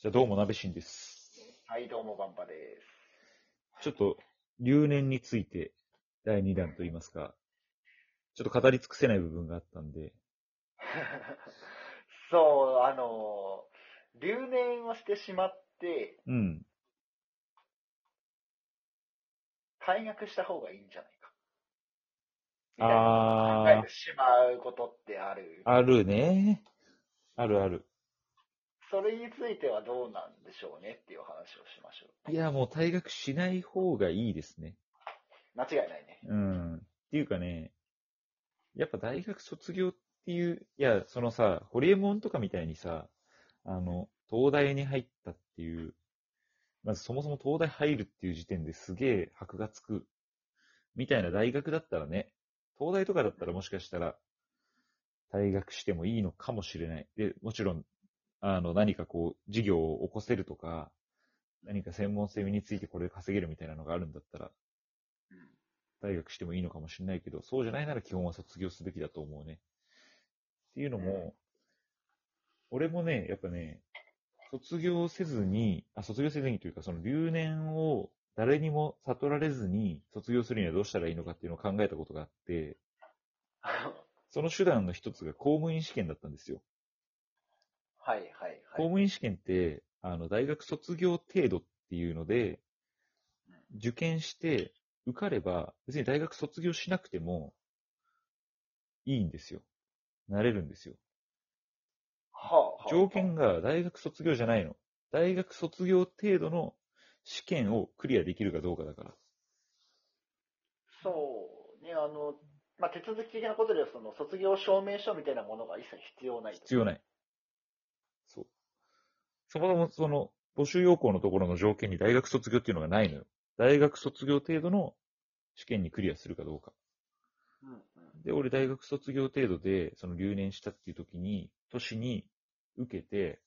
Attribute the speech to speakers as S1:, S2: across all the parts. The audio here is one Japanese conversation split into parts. S1: じゃあどうも、鍋しんです。
S2: はい、どうも、バンバで
S1: ちょっと、留年について、第2弾といいますか、ちょっと語り尽くせない部分があったんで、
S2: す。 そう、あの、留年をしてしまって、
S1: うん。
S2: 退学した方がいいんじゃないか。みたいな考え
S1: あ
S2: てしまうことってある
S1: ー、。あるね。あるある。
S2: それについてはどうなんでしょうねっていう話をしましょ
S1: いや、もう退学しない方がいいですね。
S2: う。間違 いないね。
S1: うん。っていうかね、やっぱ大学卒業っていう、いや、そのさ、ホリエモンとかみたいにさ、あの、東大に入ったっていう、まずそもそも東大入るっていう時点ですげえ箔がつく、みたいな大学だったらね、東大とかだったらもしかしたら、退学してもいいのかもしれない。で、もちろん、あの、何かこう、事業を起こせるとか、何か専門性についてこれで稼げるみたいなのがあるんだったら、大学してもいいのかもしれないけど、そうじゃないなら基本は卒業すべきだと思うね。っていうのも、俺もね、やっぱね、卒業せずに、あ、卒業せずにというか、その留年を誰にも悟られずに卒業するにはどうしたらいいのかっていうのを考えたことがあって、その手段の一つが公務員試験だったんですよ。
S2: はい、はい、
S1: 公
S2: はい。
S1: 務員試験って、あの、大学卒業程度っていうので、受験して受かれば、別に大学卒業しなくても、いいんですよ。なれるんですよ。
S2: はあはあ
S1: 条件が大学卒業じゃないの。大学卒業程度の試験をクリアできるかどうかだから。
S2: そう、ね、あの、まあ、手続き的なことでは、その、卒業証明書みたいなものが一切必要ない。
S1: 必要ない。そう。そもそもその、募集要項のところの条件に大学卒業っていうのがないのよ。大学卒業程度の試験にクリアするかどうか。
S2: うん、うん。
S1: で、俺大学卒業程度で、その留年したっていう時に、年に受けて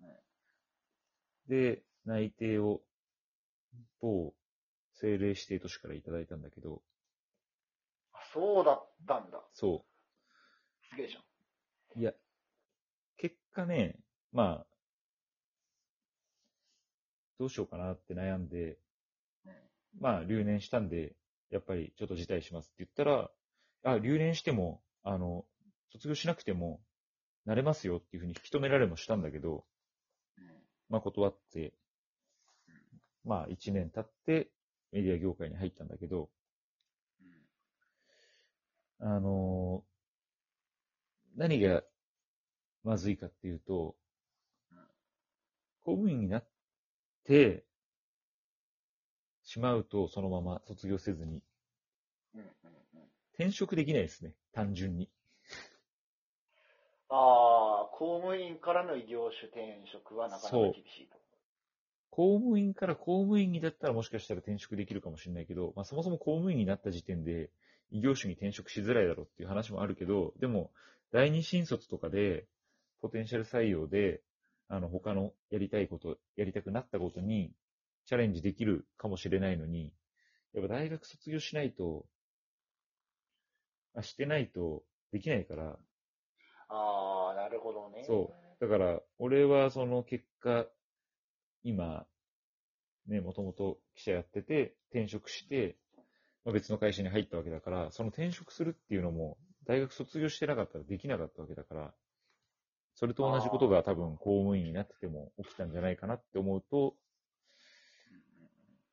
S2: はい、
S1: で、内定を某政令指定都市からいただいたんだけど、
S2: あそうだったんだ。
S1: そ
S2: すげえじゃん。
S1: う。いや、結果ね、まあ、どうしようかなって悩んで
S2: うん、
S1: まあ、留年したんで、やっぱりちょっと辞退しますって言ったら、あ、留年しても、あの、卒業しなくても、なれますよっていうふうに引き止められもしたんだけど、
S2: うん
S1: まあ、断って、まあ、1年経って、メディア業界に入ったんだけど、あのー何がまずいかっていうと
S2: うん、
S1: 公務員になってしまうと、そのまま卒業せずに、
S2: うんうんうんうん
S1: 転職できないですね、単純に。
S2: ああ、公務員からの異業種転職はなかなか
S1: そう
S2: 厳しいと。
S1: 公務員から公務員にだったらもしかしたら転職できるかもしれないけど、まあ、そもそも公務員になった時点で異業種に転職しづらいだろうっていう話もあるけど、でも、第二新卒とかで、ポテンシャル採用で、あの、他のやりたいこと、やりたくなったことにチャレンジできるかもしれないのに、やっぱ大学卒業しないと、あしてないとできないから、
S2: ああ、なるほどね。
S1: そだから、俺はその結果、今、ね、もともと記者やってて、転職して、まあ、別の会社に入ったわけだから、その転職するっていうのも、大学卒業してなかったらできなかったわけだから、それと同じことが多分公務員になってても起きたんじゃないかなって思うと、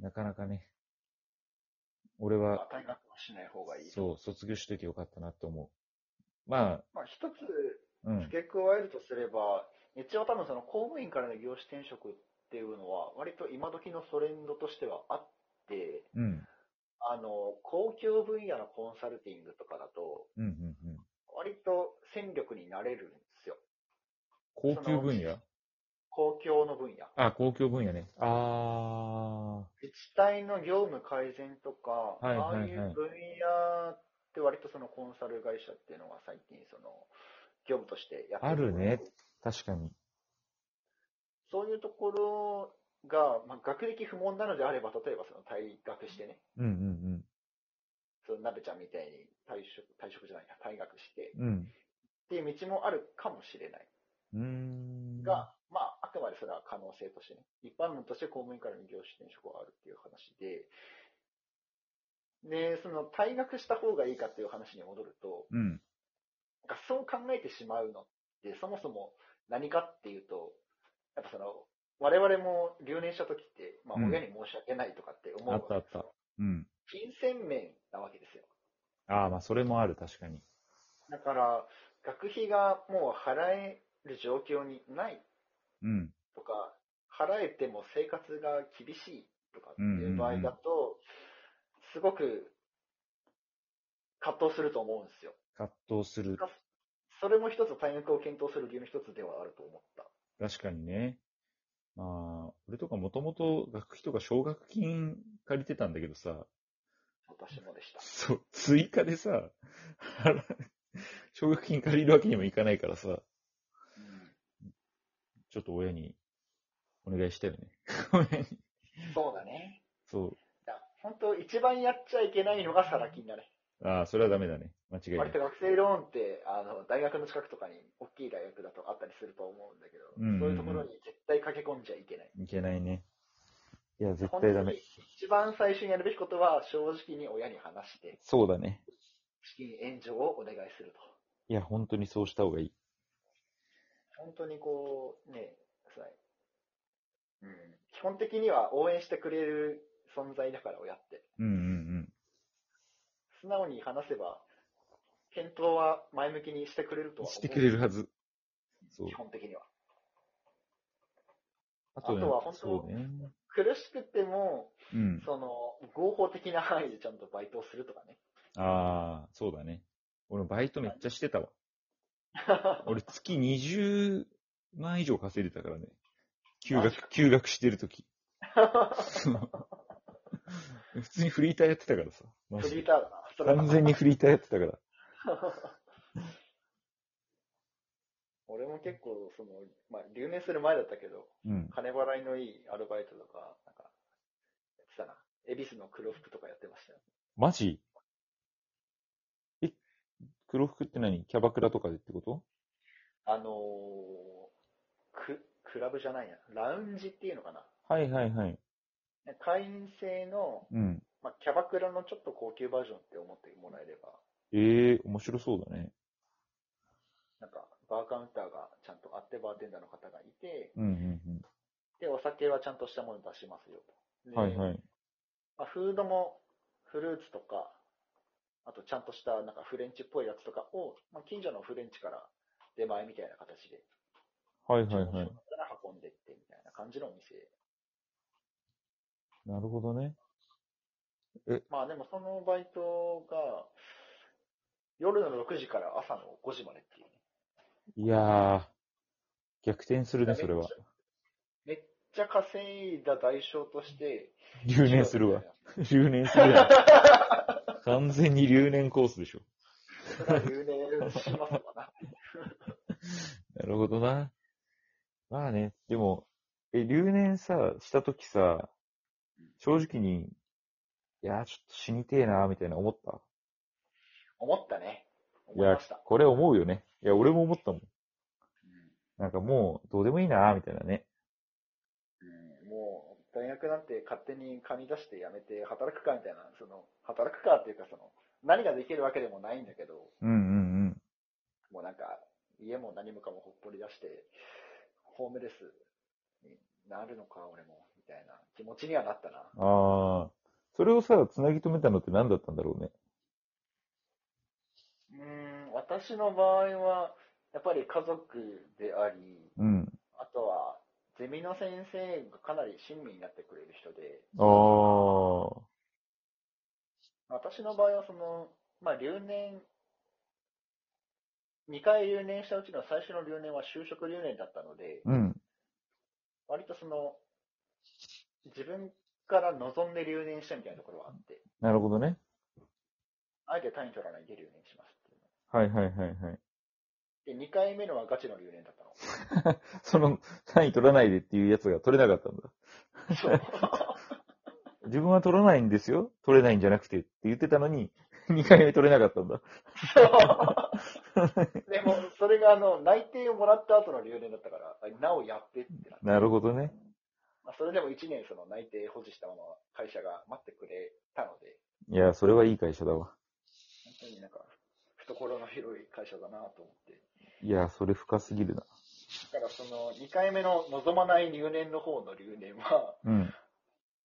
S1: なかなかね、俺
S2: ま
S1: は
S2: あ、、退学はしない方がいい。
S1: そう、卒業しといてよかったなって思う。ま
S2: まあ、一つ
S1: あ、うん
S2: 付。け加えるとすれば、一応多分その公務員からの異業種転職っていうのは、割と今時のトレンドとしてはあって、
S1: うん。
S2: あの、公共分野のコンサルティングとかだと、
S1: うん、うん、うん。
S2: 割と戦力になれるんですよ。
S1: 高級分野
S2: 公共の分野。
S1: あ、公共分野ね。あ
S2: 自治体の業務改善とか、
S1: いはいはい
S2: ああいう分野って割とそのコンサル会社っていうのが最近その業務としてやって
S1: あるね。確かに。
S2: そういうところが、まあ、学歴不問なのであれば、例えばその退学してね、
S1: うんうん
S2: そのなべちゃんみたいに退職、退職じゃないな、退学して
S1: うん。
S2: っていう道もあるかもしれない
S1: うん。うーん。
S2: が、まあ、あくまでそれは可能性としてね、一般論として公務員からの業種転職はあるっていう話で、で、その退学した方がいいかっていう話に戻ると、
S1: うん。
S2: なんかそう考えてしまうのって、そもそも何かっていうと、やっぱその、我々も留年した時って、まあ、
S1: うん
S2: 親に申し訳ないとかって思うわけです
S1: あったあ
S2: よ
S1: っうん。
S2: 金銭面なわけですよ。
S1: ああ、まあ、それもある、確かに。
S2: だから、学費がもう払える状況にない
S1: うん。
S2: とか、払えても生活が厳しいとかっていう場合だと、すごく葛藤すると思うんですよ。
S1: 葛藤する。
S2: それも一つ退学を検討する理由の一つではあると思った。
S1: 確かにね。まあ、俺とかもともと学費とか奨学金借りてたんだけどさ、
S2: 私もでした。
S1: そう、追加でさ、 払う奨学金借りるわけにもいかないからさ、ちょっと親にお願いしたよね。 親に
S2: そうだね。
S1: そ
S2: だ本当、一番やっちゃいけないのがサラ金だね。
S1: う。ああ、それはダメだね。間違いな
S2: 割
S1: い
S2: と。学生ローンってあの大学の近くとかに大きい大学だとあったりすると思うんだけど、
S1: うんうんうん
S2: そういうところに絶対駆け込んじゃいけない。
S1: いけないね。いや、絶
S2: 本
S1: 対ダ
S2: 当
S1: メ
S2: に。一番最初にやるべきことは、正直に親に話して、
S1: そうだね。
S2: 資金援助をお願いすると。
S1: いや、本当にそうした方がいい。
S2: 本当にこう、ね、さうん、基本的には応援してくれる存在だから、親って。
S1: うんうん
S2: 素直に話せば、検討は前向きにしてくれると
S1: うん。
S2: は思う。
S1: してくれるはず。そう
S2: 基。本的には。
S1: あ
S2: あとは本当
S1: そうね。
S2: 苦しくても、
S1: うん。
S2: その、合法的な範囲でちゃんとバイトをするとかね。
S1: ああ、そうだね。俺バイトめっちゃしてたわ。俺月20万以上稼いでたからね。休
S2: マ
S1: 学
S2: ジ、
S1: 休学してると き。普通にフリーターやってたからさ。 マ
S2: フ
S1: ジ
S2: リー
S1: で
S2: ターだな。それは
S1: 完全にフリーターやってたから。
S2: 俺も結構、その、まあ、留年する前だったけど、
S1: うん。
S2: 金払いのいいアルバイトとか、なんか、やってたな。恵比寿の黒服とかやってましたよ。
S1: マジえ、黒服って何キャバクラとかでってこと
S2: あのー、く、クラブじゃないや。ラウンジっていうのかな。
S1: はいはいはい。
S2: 会員制の、
S1: うん。
S2: まあ、キャバクラのちょっと高級バージョンって思ってもらえれば、
S1: ええ面白そうだね。
S2: なんか、バーカウンターがちゃんとあって、バーテンダーの方がいて、
S1: うんうん
S2: で、お酒はちゃんとしたもの出しますよと。
S1: うん。
S2: で
S1: はいはい。
S2: まあ、フードもフルーツとか、あとちゃんとしたなんかフレンチっぽいやつとかを、まあ、近所のフレンチから出前みたいな形で、
S1: はいはいはい。
S2: から運んでってみたいな感じのお店。
S1: なるほどね。
S2: まあでもそのバイトが、夜の6時から朝の5時までっていうね、
S1: いやー、逆転するね、それは。
S2: めっちゃ稼いだ代償として、
S1: 留年するわ。 留年するわ。 完全に留年コースでしょ。
S2: それは留年しますわな。
S1: なるほどな。まあね、でも、え、留年さ、したときさ、正直に、いやー、ちょっと死にてえなー、みたいな思った。
S2: 思ったね。
S1: い
S2: 思い
S1: や
S2: ました。、
S1: これ思うよね。いや、俺も思ったもん。
S2: うん
S1: なんかもう、どうでもいいなー、みたいなね。
S2: うんもう、大学なんて勝手に紙出してやめて働くかみたいな、その、働くかっていうか、その、何ができるわけでもないんだけど、
S1: うんうんうん。
S2: もうなんか、家も何もかもほっぽり出して、ホームレスになるのか、俺も、みたいな気持ちにはなったな。
S1: ああ、それをさ、つなぎ止めたのって何だったんだろうね。
S2: うん、私の場合は、やっぱり家族であり、
S1: うん。
S2: あとは、ゼミの先生がかなり親身になってくれる人で、
S1: ああ、
S2: 私の場合はその、まあ、留年、2回留年したうちの最初の留年は就職留年だったので、
S1: うん。
S2: 割とその、自分から望んで留年したみたいなところはあって、
S1: なるほどね。
S2: あえて単位取らないで留年しますっていう
S1: はいはいはいはい。
S2: ので、2回目のはガチの留年だったの。
S1: その単位取らないでっていうやつが取れなかったんだ。
S2: そう
S1: 自分は取らないんですよ。取れないんじゃなくてって言ってたのに、2回 目取れなかったんだ。
S2: でも、それがあの、内定をもらった後の留年だったから、あなおやってってなっ
S1: なるほどね。
S2: まあ、それでも1年その内定保持したまま会社が待ってくれたので、
S1: いや、それはいい会社だわ。
S2: 本当になんか、懐の広い会社だなと思って。
S1: いや、それ深すぎるな。
S2: だからその2回目の望まない留年の方の留年は、
S1: うん。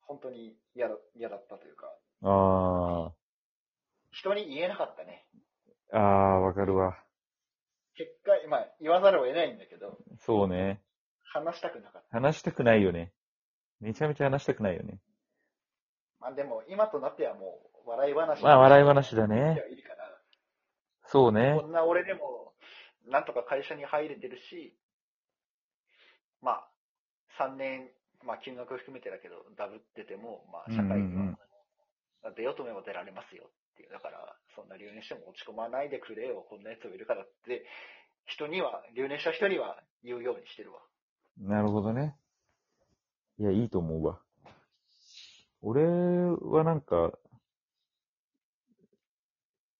S2: 本当に嫌だ嫌だったというか、
S1: あ
S2: 人に言えなかったね。
S1: あ、ああ、わかるわ。
S2: 結果、まあ、言わざるを得ないんだけど、
S1: そうね。
S2: 話したくなかった。
S1: 話したくないよね。めちゃめちゃ話したくないよね。
S2: まあでも、今となってはもう、笑い話。
S1: まあ、笑い話だ
S2: い
S1: ね。
S2: いか
S1: そう
S2: な。
S1: ね
S2: こ。んな俺でも、なんとか会社に入れてるし、まあ、3年、まあ、金額含めてだけど、ダブってても、まあ、社会
S1: うん
S2: に
S1: うんうん
S2: は、出ようと思えば出られますよっていう。だから、そんな留年しても落ち込まないでくれよ、こんな奴もいるからって、人には、留年した人には言うようにしてるわ。
S1: なるほどね。いや、いいと思うわ。俺はなんか、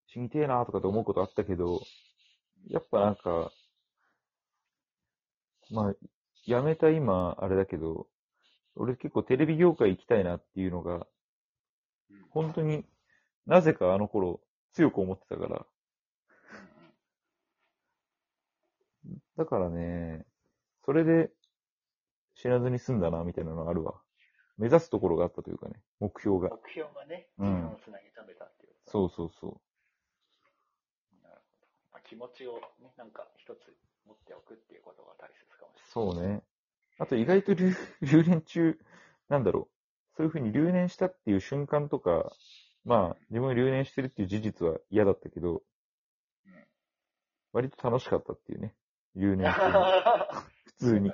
S1: 死にてえなとかって思うことあったけど、やっぱなんか、まあ、辞めた今、あれだけど、俺結構テレビ業界行きたいなっていうのが、本当になぜかあの頃強く思ってたから。だからね、それで死なずに済んだなみたいなのがあるわ。目指すところがあったというかね、目標が。
S2: 目標がね、
S1: うん
S2: 自分をつなぎ止めたっていう。
S1: そうそうそ
S2: なるほど。まあ、気持ちをね、なんか一つ持っておくっていうことが大切かも
S1: う。
S2: しれな
S1: そう
S2: い。
S1: ね。あと意外と留 留年中、なんだろう。そういうふうに留年したっていう瞬間とか、まあ、自分が留年してるっていう事実は嫌だったけど
S2: うん、
S1: 割と楽しかったっていうね。留年中に。
S2: 普
S1: 普通に。